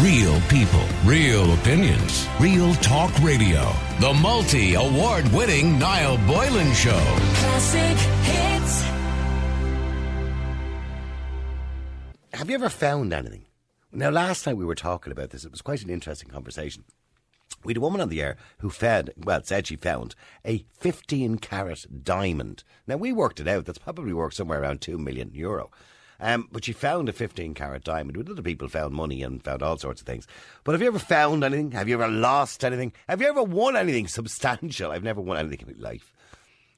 Real people, real opinions, real talk radio. The multi award winning Niall Boylan Show. Classic hits. Have you ever found anything? Now, last night we were talking about this. It was quite an interesting conversation. We had a woman on the air who found, well, said she found a 15 carat diamond. Now, we worked it out. That's probably worth somewhere around 2 million euro. Um, but she found a 15 carat diamond. With other people found money and found all sorts of things. But have you ever found anything? Have you ever lost anything? Have you ever won anything substantial? I've never won anything in my life.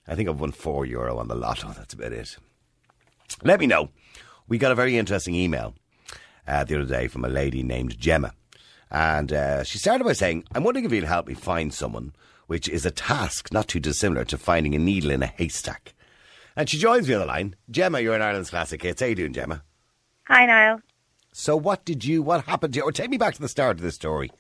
I think I've won 4 euro on the lotto. That's about it. Let me know. We got a very interesting email uh, the other day from a lady named Gemma. And uh, she started by saying, I'm wondering if you'll help me find someone, which is a task not too dissimilar to finding a needle in a haystack. And she joins me on the line. Gemma, you're in Ireland's Classic Hits. How you doing, Gemma? Hi, Niall. So what did you, what happened to you? Or take me back to the start of the story.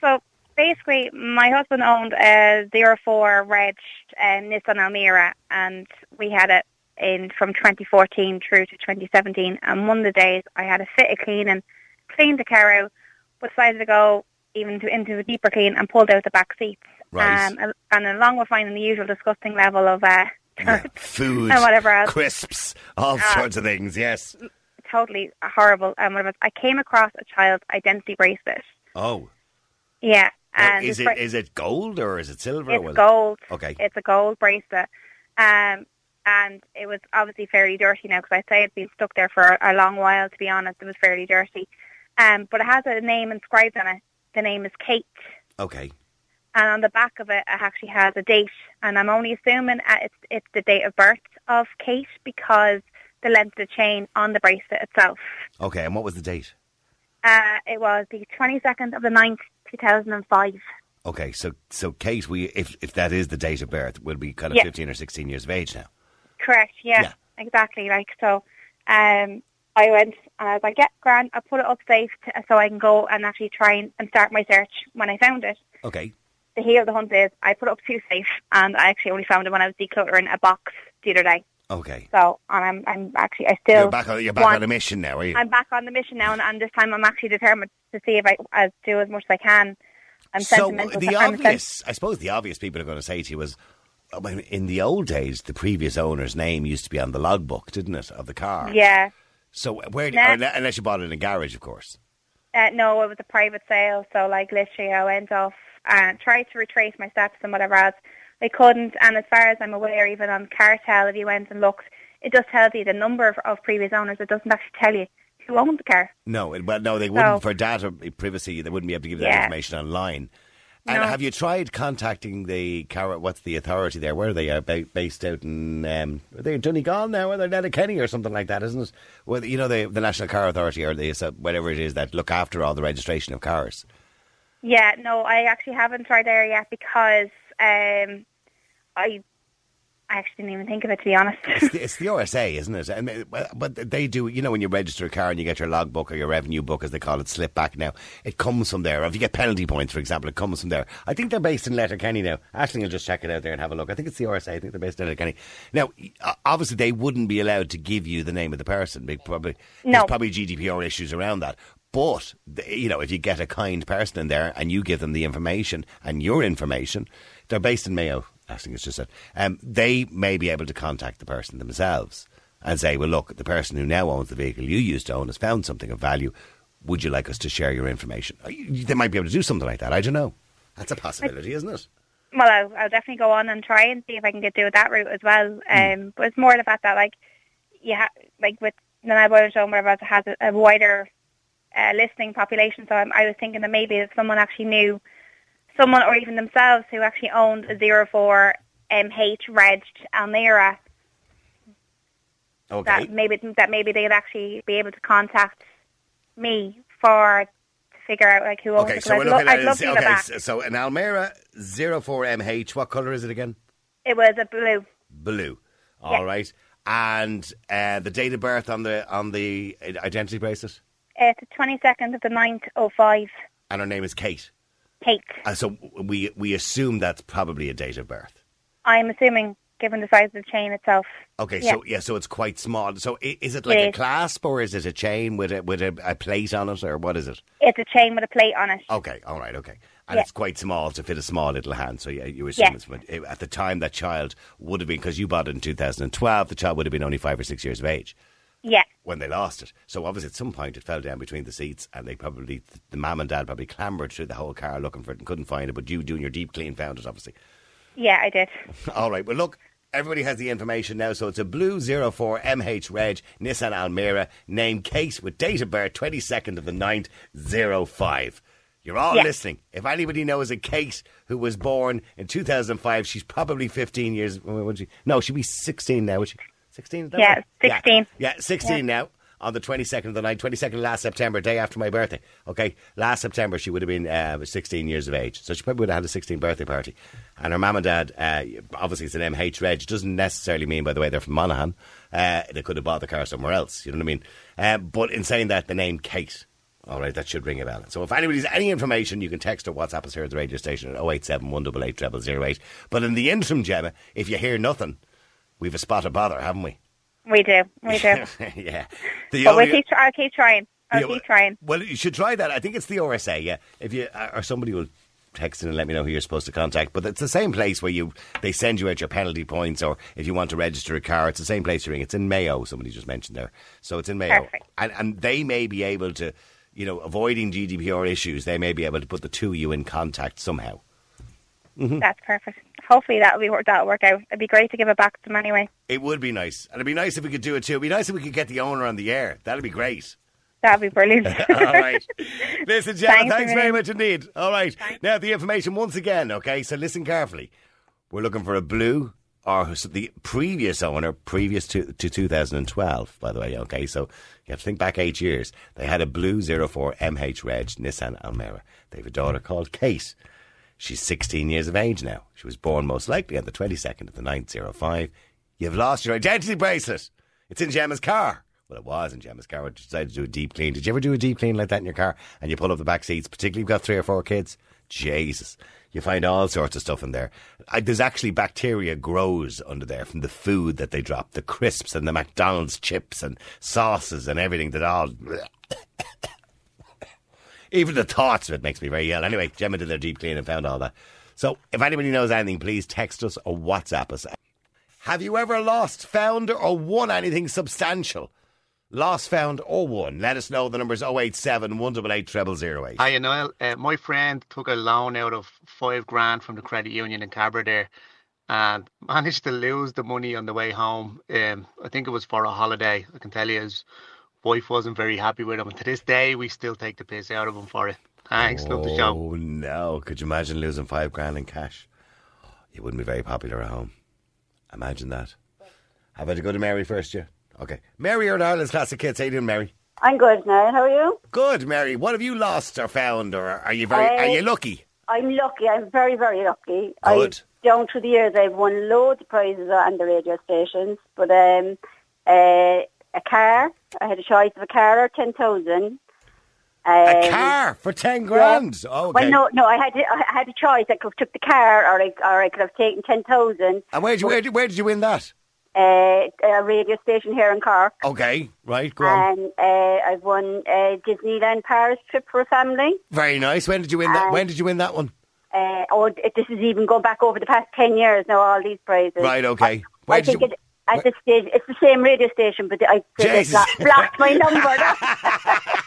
So basically, my husband owned a 04 Reg um, Nissan Almira, and we had it in from 2014 through to 2017. And one of the days, I had a fit of cleaning, cleaned the car out, but decided to go even to, into a deeper clean and pulled out the back seats. Right. Um, and- and along with finding the usual disgusting level of uh, Yeah, food, And whatever else. Ah. crisps, all sorts of things, yes. totally horrible, um, whatever, I came across a child's identity bracelet. Oh. Yeah. And is, it, this bra- is it gold or is it silver? or It's was it- gold. Okay. It's a gold bracelet. Um, and it was obviously fairly dirty now because I'd say it'd been stuck there for a, a long while, to be honest. It was fairly dirty. Um, but it has a name inscribed on it. The name is Kate. Okay. And on the back of it, it actually has a date. And I'm only assuming uh, it's, it's the date of birth of Kate because the length of the chain on the bracelet itself. Okay, and what was the date? Uh, it was the 22nd of the ninth, 2005. Okay, so so Kate, we if if that is the date of birth, we'll be kind of Yeah. fifteen or sixteen years of age now. Correct. Yeah, Yeah. exactly. Like so, um, I went and I was like, "Yeah, grand. I'll put it up safe t- so I can go and actually try and, and start my search." When I found it, Okay, the heel of the hunt is I put it up too safe, and I actually only found it when I was decluttering a box the other day. okay. So, and I'm I'm actually I still You're back on you're back want- on a mission now, are you? I'm back on the mission now, and, and this time I'm actually determined to see if I as do as much as I can. I'm so sentimental. the I'm sen- obvious, I suppose, the obvious people are going to say to you was, I mean, in the old days, the previous owner's name used to be on the logbook, didn't it, of the car? yeah. So where, Nah. or unle- unless you bought it in a garage, of course. Uh, no, it was a private sale. So, like, literally, I went off and tried to retrace my steps and whatever else. I couldn't. And as far as I'm aware, even on Cartel, if you went and looked, it just tells you the number of, of previous owners. It doesn't actually tell you who owned the car. No, it- well, no, they wouldn't So- for data privacy. They wouldn't be able to give that Yeah. information online. And No. have you tried contacting the car? What's the authority there? Where are they are ba- based out in? Um, are they in Donegal now, or they're Letterkenny or something like that, isn't it? Well, you know the the National Car Authority or the so whatever it is that look after all the registration of cars. Yeah, no, I actually haven't tried there yet because um, I, I actually didn't even think of it, to be honest. It's the, it's the RSA, isn't it? And they- well, but they do. You know, when you register a car and you get your logbook or your revenue book, as they call it, slip back now. It comes from there. If you get penalty points, for example, it comes from there. I think they're based in Letterkenny now. Ashling will just check it out there and have a look. I think it's the RSA. I think they're based in Letterkenny. Now, o- obviously, they wouldn't be allowed to give you the name of the person. They Probably there's No. probably GDPR issues around that. But th- you know, if you get a kind person in there and you give them the information and your information, they're based in Mayo. I think it's just that um, they may be able to contact the person themselves and say, "Well, look, the person who now owns the vehicle you used to own has found something of value. Would you like us to share your information?" Uh, you- They might be able to do something like that. I don't know. That's a possibility, isn't it? well, I'll, I'll definitely go on and try and see if I can get through that route as well. Um, Hmm. But it's more the fact that, like, you ha- like with Nanai Show, whatever else, it has a, a wider uh, listening population. So I'm, I was thinking that maybe if someone actually knew someone or even themselves who actually owned a 04 MH Reg Almira, Okay. that maybe that maybe they'd actually be able to contact me for to figure out like who owns Okay, it. so we're 'Cause I'd, lo- looking at I'd love it. to know Okay, that. so- so an Almera 04MH. What colour is it again? It was a blue. blue. Yeah. all right. And uh, the date of birth on the on the identity bracelet, It's the 22nd of the ninth oh five. and her name is Kate. Kate. Uh, so we we assume that's probably a date of birth. I'm assuming given the size of the chain itself. Okay, Yeah. so yeah, so it's quite small. So i- is it like a is. clasp or is it a chain with a with a, a plate on it or what is it? It's a chain with a plate on it. Okay, all right, okay. And Yeah. it's quite small to fit a small little hand. So yeah, you assume Yeah. it's from a- at the time that child would have been because you bought it in 2012. The child would have been only five or six years of age Yeah, when they lost it. So obviously, at some point, it fell down between the seats, and they probably the mum and dad probably clambered through the whole car looking for it and couldn't find it. But you, doing your deep clean, found it obviously. yeah, I did. All right. Well, look, everybody has the information now. So it's a blue 04 MH Reg Nissan Almira, name case with date of birth 22nd of the 9th, 05. You're all Yeah. listening. If anybody knows a case who was born in 2005, she's probably 15 years. Would she? No, she'd be 16 now, would she? 16? Is that Yeah, right? 16. Yeah, 16 now. On the 22nd of the night, 22nd last September, day after my birthday. Okay, last September she would have been uh, 16 years of age. So she probably would have had a 16 birthday party. And her mum and dad, uh, obviously it's an MH Reg, doesn't necessarily mean, by the way, they're from Monaghan. Uh, they could have bought the car somewhere else, you know what I mean? Uh, but in saying that, the name Kate, all right, that should ring a bell. So if anybody's any information, you can text or WhatsApp us here at the radio station at 087 188 0008. But in the interim, Gemma, if you hear nothing, we've a spot of bother, haven't we? We do, we do. yeah. The but we only- keep. Tr- I'll keep trying. I'll yeah, well- keep trying. Well, you should try that. I think it's the RSA. Yeah, if you uh, or somebody will text in and let me know who you're supposed to contact. But it's the same place where you they send you out your penalty points, or if you want to register a car, it's the same place you're in. It's in Mayo. Somebody just mentioned there, so it's in Mayo, Perfect. and and they may be able to, you know, avoiding GDPR issues, they may be able to put the two of you in contact somehow. Mm-hmm. That's perfect. Hopefully that'll be wor- that'll work out. It'd be great to give it back to them anyway. It would be nice, and it'd be nice if we could do it too. It'd be nice if we could get the owner on the air. That'd be great. That'd be brilliant. All right. Listen, Gemma, thanks, Thanks very a million. much indeed. All right. Now, the information once again, okay? So listen carefully. We're looking for a blue or s- the previous owner, previous to, to 2012, by the way, okay? So you have to think back eight years. They had a blue 04 MH Reg Nissan Almera. They have a daughter called Kate. She's 16 years of age now. She was born most likely on the 22nd of the 9th, 05. You've lost your identity bracelet. It's in Gemma's car. Well, it was in Gemma's car. I decided to do a deep clean. Did you ever do a deep clean like that in your car? And you pull up the back seats, particularly if you've got three or four kids? Jesus. You find all sorts of stuff in there. I, there's actually bacteria grows under there from the food that they drop, the crisps and the McDonald's chips and sauces and everything that all even the thoughts of it makes me very ill. Anyway, Gemma did their deep clean and found all that. So if anybody knows anything, please text us or WhatsApp us. Have you ever lost, found, or won anything substantial? Lost, found, or won? Let us know. The number is 087 188 0008. Hi, Noel. Uh, my friend took a loan out of five grand from the credit union in Cabra there and managed to lose the money on the way home. Um, I think it was for a holiday. I can tell you his wife wasn't very happy with him. And to this day, we still take the piss out of him for it. Thanks. Love the show. Oh, no. Could you imagine losing five grand in cash? You wouldn't be very popular at home. Imagine that. How about to go to Mary first, yeah? Okay. Mary, you're an Ireland's classic kids. How you doing, Mary? I'm good now. How are you? Good, Mary. What have you lost or found, or are you very? Uh, are you lucky? I'm lucky. I'm very, very lucky. Good. I, down through the years, I've won loads of prizes on the radio stations, but um, uh, a car. I had a choice of a car or ten thousand. Um, A car for ten grand. Oh, okay. Well, no, no. I had I had a choice. I could have took the car, or I, or I could have taken ten thousand. And where did you where, did- where did you win that? Uh, a radio station here in Cork, Okay, right, go on. and uh, I've won a Disneyland Paris trip for a family. Very nice. When did you win um, that? When did you win that one? Uh, oh, it- this is even going back over the past ten years now. All these prizes. Right, okay. Where I did think you? it, at this stage it's the same radio station, but I they Jesus. blocked, blocked my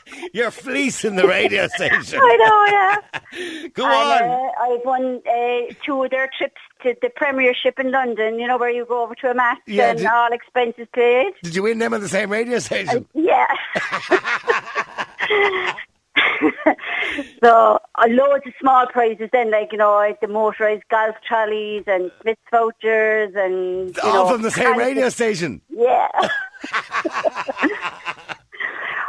number. You're fleecing the radio station. I know, yeah. Go on. And, uh, I've won uh, two of their trips to the Premiership in London. You know where you go over to a match Yeah, and did- all expenses paid. Did you win them on the same radio station? Yeah. so uh, loads of small prizes then, like you know, like the motorised golf trolleys and Smith vouchers and you All know, from the same and- radio station. Yeah.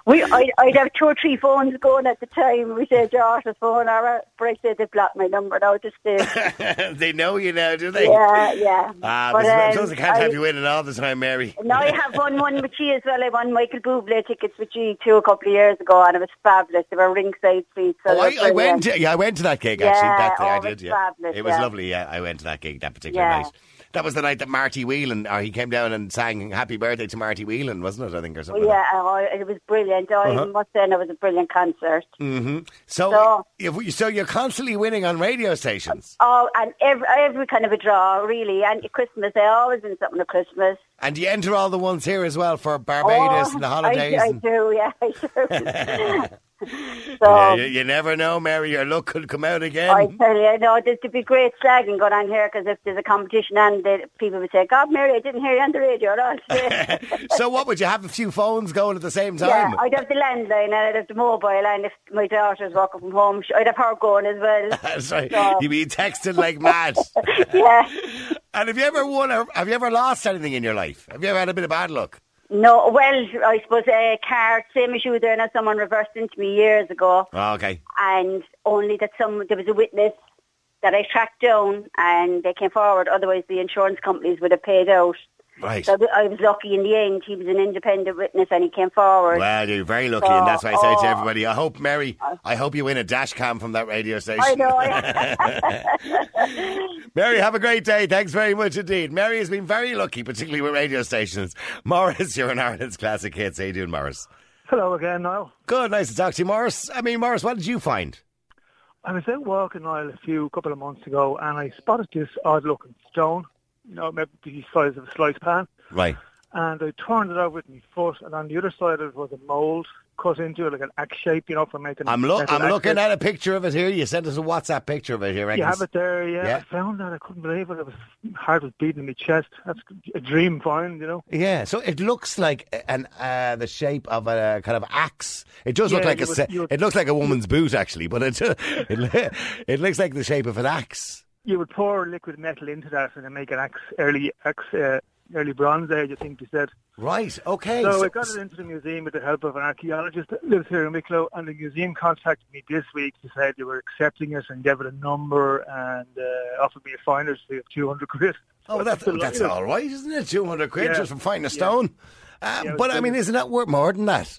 we, I, I'd have two or three phones going at the time. We said, Josh, the phone, or break said they blocked my number now, just to, they know you now, do they? yeah, yeah. Ah, But, but I um, suppose I can't I- have you winning all the time, Mary. Now I have won one with you as well. I won Michael Bublé tickets with you two a couple of years ago, and it was fabulous. They were ringside seats. So Oh, I, it was I went. brilliant. To, yeah, I went to that gig actually. Yeah, that day, I oh, did. it's Yeah, fabulous, it was yeah. lovely. Yeah, I went to that gig that particular Yeah. night. That was the night that Marty Whelan, or he came down and sang "Happy Birthday" to Marty Whelan, wasn't it? I think or Well, something. Oh, yeah, I, it was brilliant. Oh, I Uh-huh. Mm. must say, it was a brilliant concert. So, So- if we- so you're constantly winning on radio stations, Oh, and every every kind of a draw, really. And Christmas, I always win something at Christmas. Oh, and you enter all the ones here as well for Barbados and the I- holidays. I, and- do, yeah, I do. so Yeah, you, you never know, Mary. Your luck could come out again. I tell you, no, there's to be great slagging going on here because if there's a competition and the people would say, God, Mary, I didn't hear you on the radio at all today." so, what would you have a few phones going at the same Yeah, time? I'd have the landline and I'd have the mobile and if my daughter's walking from home, sh- I'd have her going as well. That's right. So- You'd be texting like mad. yeah. and have you ever won? Or have you ever lost anything in your life? Have you ever had a bit of bad luck? No, well, I suppose a card, same as you were doing, and someone reversed into me years ago. Oh, okay. and only that some there was a witness that I tracked down and they came forward. Otherwise, the insurance companies would have paid out. Right. So I was lucky in the end. He was an independent witness and he came forward. Well, you're very lucky, and that's why I say to Oh. everybody, I hope, Mary, I hope you win a dash cam from that radio I station. know. I- Mary, have a great day. Thanks very much indeed. Mary has been very lucky, particularly with radio stations. Morris, you're in Ireland's classic hits. How you doing, Morris? Hello again, Niall. Good, nice to talk to you, Morris. I mean, Morris, what did you find? I was out walking, Niall, a few couple of months ago, and I spotted this odd-looking stone, you know, maybe the size of a slice pan, Right. and I turned it over with my foot, and on the other side of it was a mould cut into it like an axe shape, you know, for making. I'm look. metal I'm looking axes. at a picture of it here. You sent us a WhatsApp picture of it here. You Angus. have it there, yeah. Yeah. I found that. I couldn't believe it. It was heart was beating in my chest. That's a dream find, you know. Yeah, so it looks like an uh, the shape of a kind of axe. It does look Yeah, like a you would- se- you would- it looks like a woman's boot actually, but it it, lo- it looks like the shape of an axe. You would pour liquid metal into that and then make an axe, early axe, uh, early bronze age, I think you said. Right. Okay. So I got it into the museum with the help of an archaeologist that lives here in Wicklow, and the museum contacted me this week to say they were accepting us and gave it a number and uh, offered me a finder's fee of 200 quid. Oh, well, that's It's a lot, that's you know. all right, isn't it? Two hundred quid Yeah. just from finding a Yeah. stone. Uh, Yeah, but it's I mean, brilliant. isn't that worth more than that?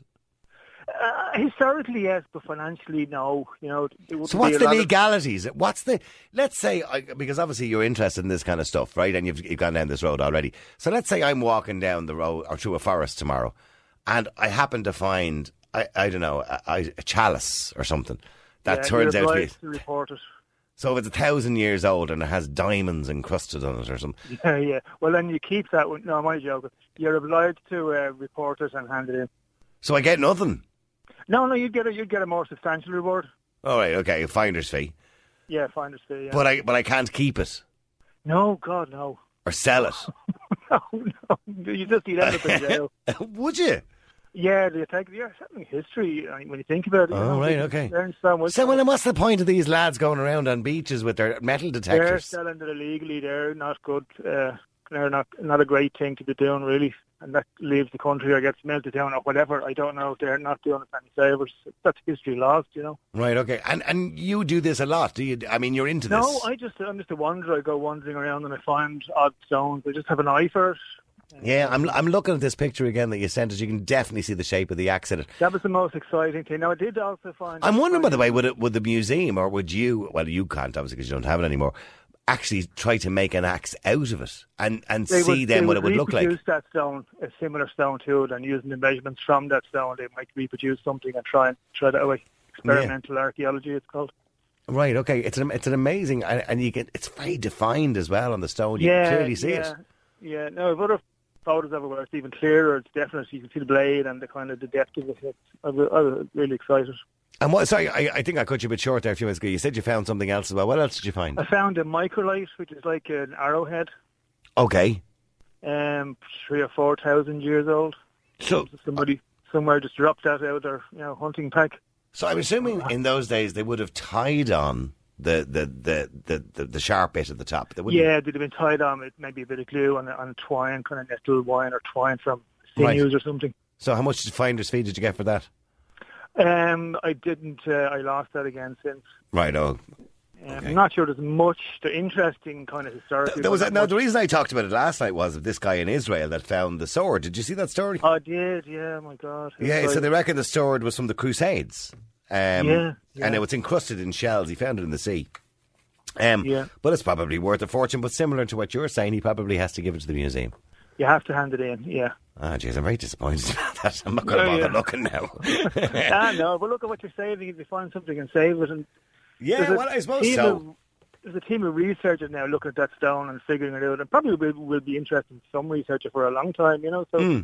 Uh, historically, yes, but financially, no. You know, it wouldn't So what's be a the lot of- legalities? What's the let's say I- because obviously you're interested in this kind of stuff, right? And you've, you've gone down this road already. So let's say I'm walking down the road or through a forest tomorrow, and I happen to find I, I don't know a, a- a chalice or something that Yeah, turns you're out to be obliged to report it. so if it's a thousand years old and it has diamonds encrusted on it or something. Yeah, yeah. Well, then you keep that one. No, my joke. You're obliged to uh, report it and hand it in. So I get nothing. No, no, you'd get a you'd get a more substantial reward. All right, okay, a finder's fee, Yeah, finder's fee. Yeah. but I but I can't keep it uh, no, God, no. or sell it. No, Oh, no. You just eat out of the jail. Would you? Yeah, the attack. Yeah, something history. I mean, when you think about it. you Oh, know, right, they okay. learn so much. So well, then what's the point of these lads going around on beaches with their metal they're detectors? selling it illegally. They're not good. Uh, they're not not a great thing to be doing, really. And that leaves the country or gets melted down or whatever. I don't know. They're not doing it for any favours. That's history lost, you know. Right. Okay. And and you do this a lot, do you? I mean, you're into No, this. I just I'm just a wanderer. I go wandering around and I find odd stones. I just have an eye for it. Yeah, I'm I'm looking at this picture again that you sent us. You can definitely see the shape of the axe in it. That was the most exciting thing. Now I did also find. I'm wondering, by the way, would it would the museum or would you? Well, you can't obviously because you don't have it anymore. Actually, try to make an axe out of it and and They see would, then they what it would look like. reproduce that stone, a similar stone to it, and using the measurements from that stone, they might reproduce something and try and try that away. Experimental archaeology, it's called. Right. Okay. It's an it's an amazing and, and you can it's very defined as well on the stone. You can clearly see yeah, it. Yeah, no, if other photos ever were, it's even clearer. It's definite. You can see the blade and the kind of the depth of it. It's- I was, I was really excited. And what? Sorry, I, I think I cut you a bit short there a few minutes ago. You said you found something else as well. What else did you find? I found a microlite, which is like an arrowhead, Okay. um, three or four thousand years old. So Somebody somewhere just dropped that out of their you know, hunting pack. So I'm assuming in those days they would have tied on the the the the, the, the sharp bit at the top. They wouldn't- Yeah, they'd have been tied um, on with maybe a bit of glue and, and twine, kind of nettle wine or twine from Right. sinews or something. So how much finder's fee did you get for that? Um, I didn't. Uh, I lost that again since. Right. Oh, Um, Okay. I'm not sure there's much. The interesting kind of historical. there was but no. not The much. reason I talked about it last night was of this guy in Israel that found the sword. Did you see that story? I did. Oh, Yeah. My God. yeah. So It's like- they reckon the sword was from the Crusades. Um, Yeah, yeah. And it was encrusted in shells. He found it in the sea. Um, Yeah. But it's probably worth a fortune. But similar to what you're saying, he probably has to give it to the museum. You have to hand it in, yeah. Ah, jeez, I'm very disappointed about that. I'm not going to Yeah, bother Oh, yeah. looking now. ah, no, but look at what you're saving. If you find something and save it, and yeah, there's a well, I suppose team so. Of, there's a team of researchers now looking at that stone and figuring it out, and probably will, will be interesting to some researcher for a long time, you know. So Hmm.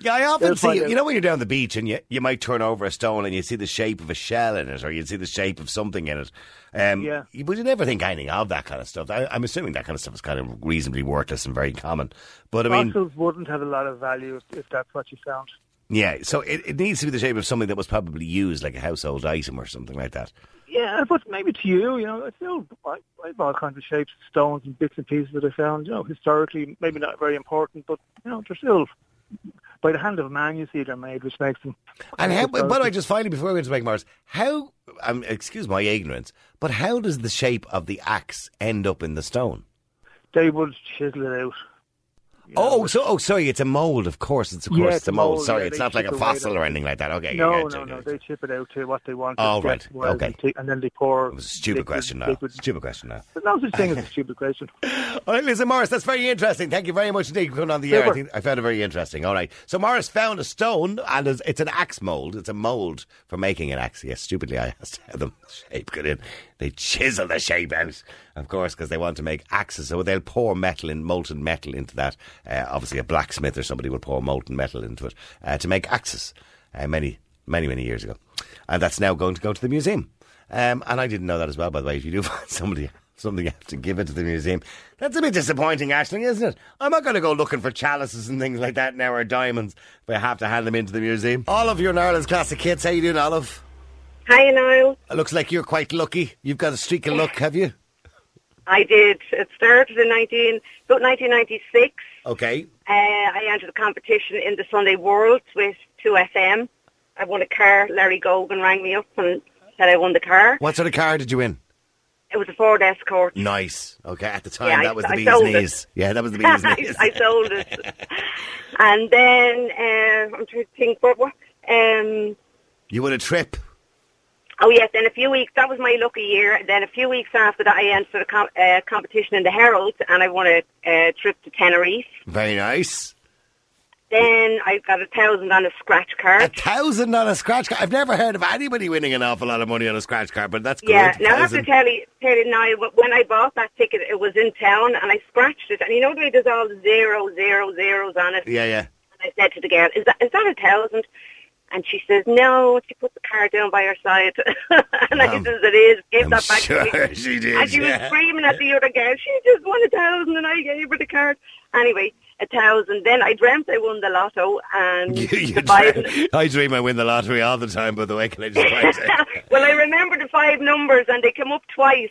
Yeah, I often They'll see find you out. know when you're down the beach and you, you might turn over a stone and you see the shape of a shell in it or you see the shape of something in it. Um, Yeah. you- But you never think anything of that kind of stuff. I, I'm assuming that kind of stuff is kind of reasonably worthless and very common. But I mean, fossils wouldn't have a lot of value if, if that's what you found. yeah. So it, it needs to be the shape of something that was probably used, like a household item or something like that. Yeah, but maybe to you, you know, I feel I, I have all kinds of shapes, stones, and bits and pieces that I found. You know, historically, maybe not very important, but you know, they're still by the hand of man. You see, they're made, which makes them. And how, historical. by the way, just finally before we go into Mike Morris, how? Um, excuse my ignorance, but how does the shape of the axe end up in the stone? they would chisel it out. Oh, so oh, sorry, it's a mold. Of course, it's of course Yeah, it's a mold. mold, Sorry, yeah, it's they not like chip a away fossil the- or anything like that. Okay, No, yeah, no, yeah, no. yeah. They chip it out to what they want. Oh, It's right. just wild Okay. And, take- and then they pour. It was a stupid liquid- question, now. liquid- Stupid question, now. There's no such thing as a stupid question. All right, listen, Morris, that's very interesting. Thank you very much indeed for coming on the air. I Super. think I found it very interesting. All right. So Morris found a stone, and it's, it's an axe mold. It's a mold for making an axe. Yes, stupidly, I asked how the shape got in. They chisel the shape out, of course, because they want to make axes. So they'll pour metal in, molten metal into that. Uh, obviously, a blacksmith or somebody will pour molten metal into it uh, to make axes uh, many, many, many years ago. And that's now going to go to the museum. Um, and I didn't know that as well, by the way. If you do find somebody something you have to give it to the museum. That's a bit disappointing, Ashling, isn't it? I'm not going to go looking for chalices and things like that now or diamonds if I have to hand them into the museum. Olive, you're an Ireland's classic kids. How you doing, Olive? Hi, Niall. It looks like you're quite lucky. You've got a streak of luck, have you? I did. It started in 19, about 1996. Okay. Uh, I entered a competition in the Sunday World with 2FM. I won a car. Larry Gogan rang me up and said I won the car. What sort of car did you win? It was a Ford Escort. Nice. Okay, at the time Yeah, I- that was the I bee's sold it. knees. Yeah, that was the bee's I, knees. I sold it. and then uh, I'm trying to think, what, what? Um, you won a trip. oh yes, then a few weeks, that was my lucky year. Then a few weeks after that, I entered a com- uh, competition in the Herald and I won a uh, trip to Tenerife. Very nice. Then I got a thousand on a scratch A card. thousand on a scratch card. I've never heard of anybody winning an awful lot of money on a scratch card, but that's good. Yeah, now I have to Thousand. tell you, tell you now, wh- when I bought that ticket, it was in town, and I scratched it, and you know the way there's all zero, zero, zeros on it? Yeah, yeah. And I said to the girl, is that, is that a thousand? And she says, no, she put the card down by her side, and I Um, says, it is, gave I'm that back sure to me. she did. And she yeah. was screaming at the other girl, she just won a thousand, and I gave her the card. Anyway, a thousand. Then I dreamt I won the lotto, and You- you the five, dream- I dream I win the lottery all the time, by the way. Can I just point out? well, I remember the five numbers, and they came up twice.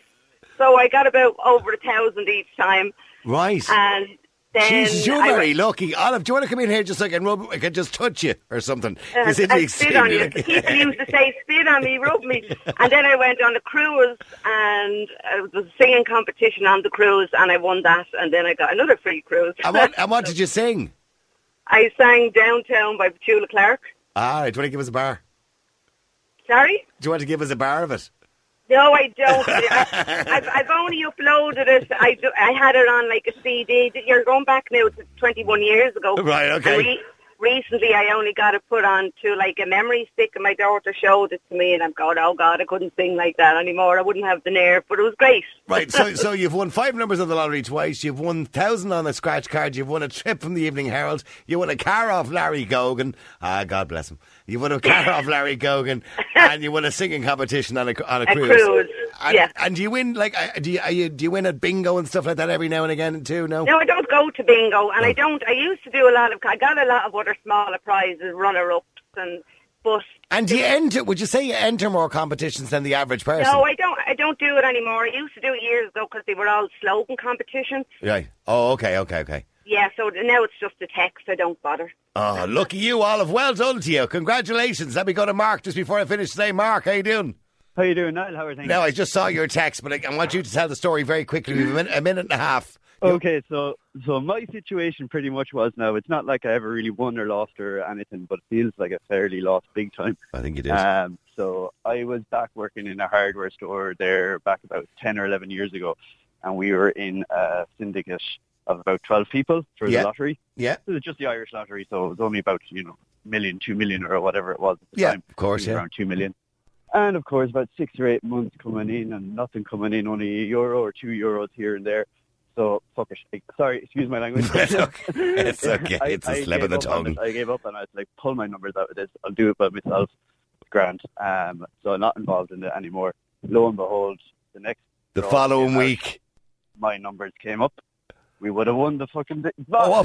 So I got about over a thousand each time, Right. and then Jesus, you're I very lucky. Olive, do you want to come in here just so I can rub, I can just touch you or something? uh, You seem to be I spit on extremely you. lucky. People used to say spit on me, rub me, and then I went on a cruise, and uh, there was a singing competition on the cruise, and I won that, and then I got another free cruise. and, what, and what did you sing? I sang "Downtown" by Petula Clark. All right, Ah, do you want to give us a bar? Sorry. Do you want to give us a bar of it? No, I don't. I, I've, I've only uploaded it. I, do, I had it on like a CD. You're going back now to 21 years ago. Right, okay. And re- recently, I only got it put on to like a memory stick, and my daughter showed it to me, and I'm going, oh God, I couldn't sing like that anymore. I wouldn't have the nerve, but it was great. Right, so so you've won five numbers on the lottery twice. You've won thousand on a scratch card. You've won a trip from the Evening Herald. You won a car off Larry Gogan. Ah, God bless him. You won a car off Larry Gogan, and you won a singing competition on a on a, A cruise, And, yeah. and do you win like uh, do you, are you do you win at bingo and stuff like that every now and again too? No. No, I don't go to bingo, and I don't. I used to do a lot of. I got a lot of other smaller prizes, runner-ups, and but And do you enter? Would you say you enter more competitions than the average person? no, I don't. I don't do it anymore. I used to do it years ago because they were all slogan competitions. Right. Oh, okay, okay, okay. Yeah, so now it's just a text. I don't bother. Oh, lucky you, Olive. Well done to you. Congratulations. Let me go to Mark just before I finish today. Mark, how you doing? How you doing, Niall? How are things? No, I just saw your text, but I, I want you to tell the story very quickly. We have a minute, a minute and a half. Okay, so so my situation pretty much was now. It's not like I ever really won or lost or anything, but it feels like I fairly lost big time. I think you did. Um, so I was back working in a hardware store there back about ten or eleven years ago, and we were in a syndicate of about twelve people for Yeah. the lottery. yeah, It was just the Irish lottery, so it was only about you know million, two million, or whatever it was at the yeah, time of course, yeah. around two million. And of course, about six or eight months coming in and nothing coming in, only a euro or two euros here and there. So fuck it. Like, Sorry, excuse my language. It's okay. It's okay. I- It's a I slip of gave the up on tongue. it. I gave up and I was like, pull my numbers out of this. I'll do it by myself. Grant. Um, so I'm not involved in it anymore. Lo and behold, the next The draw following came out, week. my numbers came up. We would have won the fucking thing. Oh,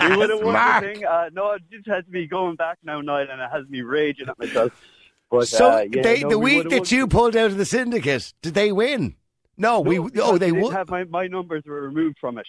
we would have won Mark. the thing. Uh, no, it just has me going back now, Niall, and it has me raging at myself. But, so uh, yeah, they, no, the we week would've that won. you pulled out of the syndicate, did they win? No, we. No, Oh, because they didn't won. Have my, my numbers were removed from it.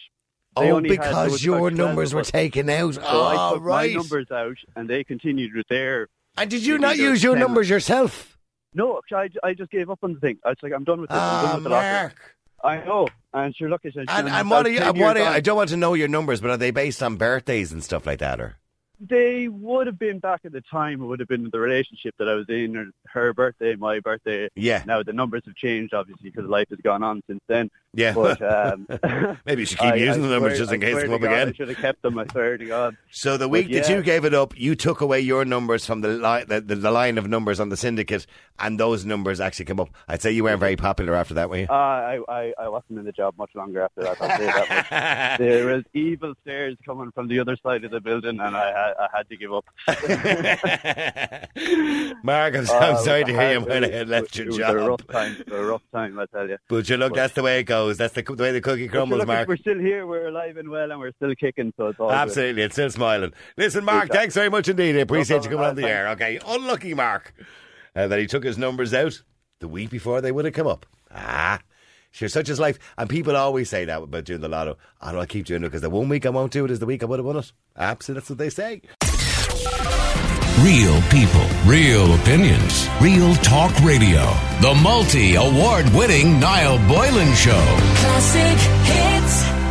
They Oh, only had- there because was your about 12 numbers of were us. taken out. So I oh, took right. my numbers out, and they continued with their. and did you Maybe not there was use your 10. numbers yourself? No, I, I just gave up on the thing. I was like, I'm done with this. I'm Ah, done with the lottery. Mark. I know, and sure, look, it's And it's I'm about what are you, 10 I'm years what are you- on. I don't want to know your numbers, but are they based on birthdays and stuff like that? Or they would have been back at the time. It would have been the relationship that I was in, or her birthday, my birthday. yeah, Now the numbers have changed, obviously, because life has gone on since then. yeah. But um, keep Maybe you should keep using the numbers just in case they come up again. I should have kept them. I swear to God. So the week that yeah. you gave it up, you took away your numbers from the, li- the, the the line of numbers on the syndicate, and those numbers actually came up. I'd say you weren't very popular after that, were you? Uh, I, I I wasn't in the job much longer after that. I'll say that much. There was evil stares coming from the other side of the building, and I, had- I had to give up. Mark, I'm, so- I'm Uh, sorry it to was hear a you hard- might it have was- left your it was job. A rough time, a rough time, I tell you. But you look, that's the way it goes. That's the, the way the cookie But crumbles, look, Mark. We're still here. We're alive and well, and we're still kicking. So it's all good. Absolutely, it's still smiling. Listen, Mark, Good job. thanks very much indeed. I appreciate you problem, coming on the Alan. air. Okay, unlucky Mark uh, that he took his numbers out the week before they would have come up. Ah, sure, such is life. And people always say that about doing the lotto. I know I keep doing it because the one week I won't do it is the week I would have won it. Absolutely, that's what they say. Real people, real opinions, real talk radio. The multi award winning Niall Boylan Show. Classic hits.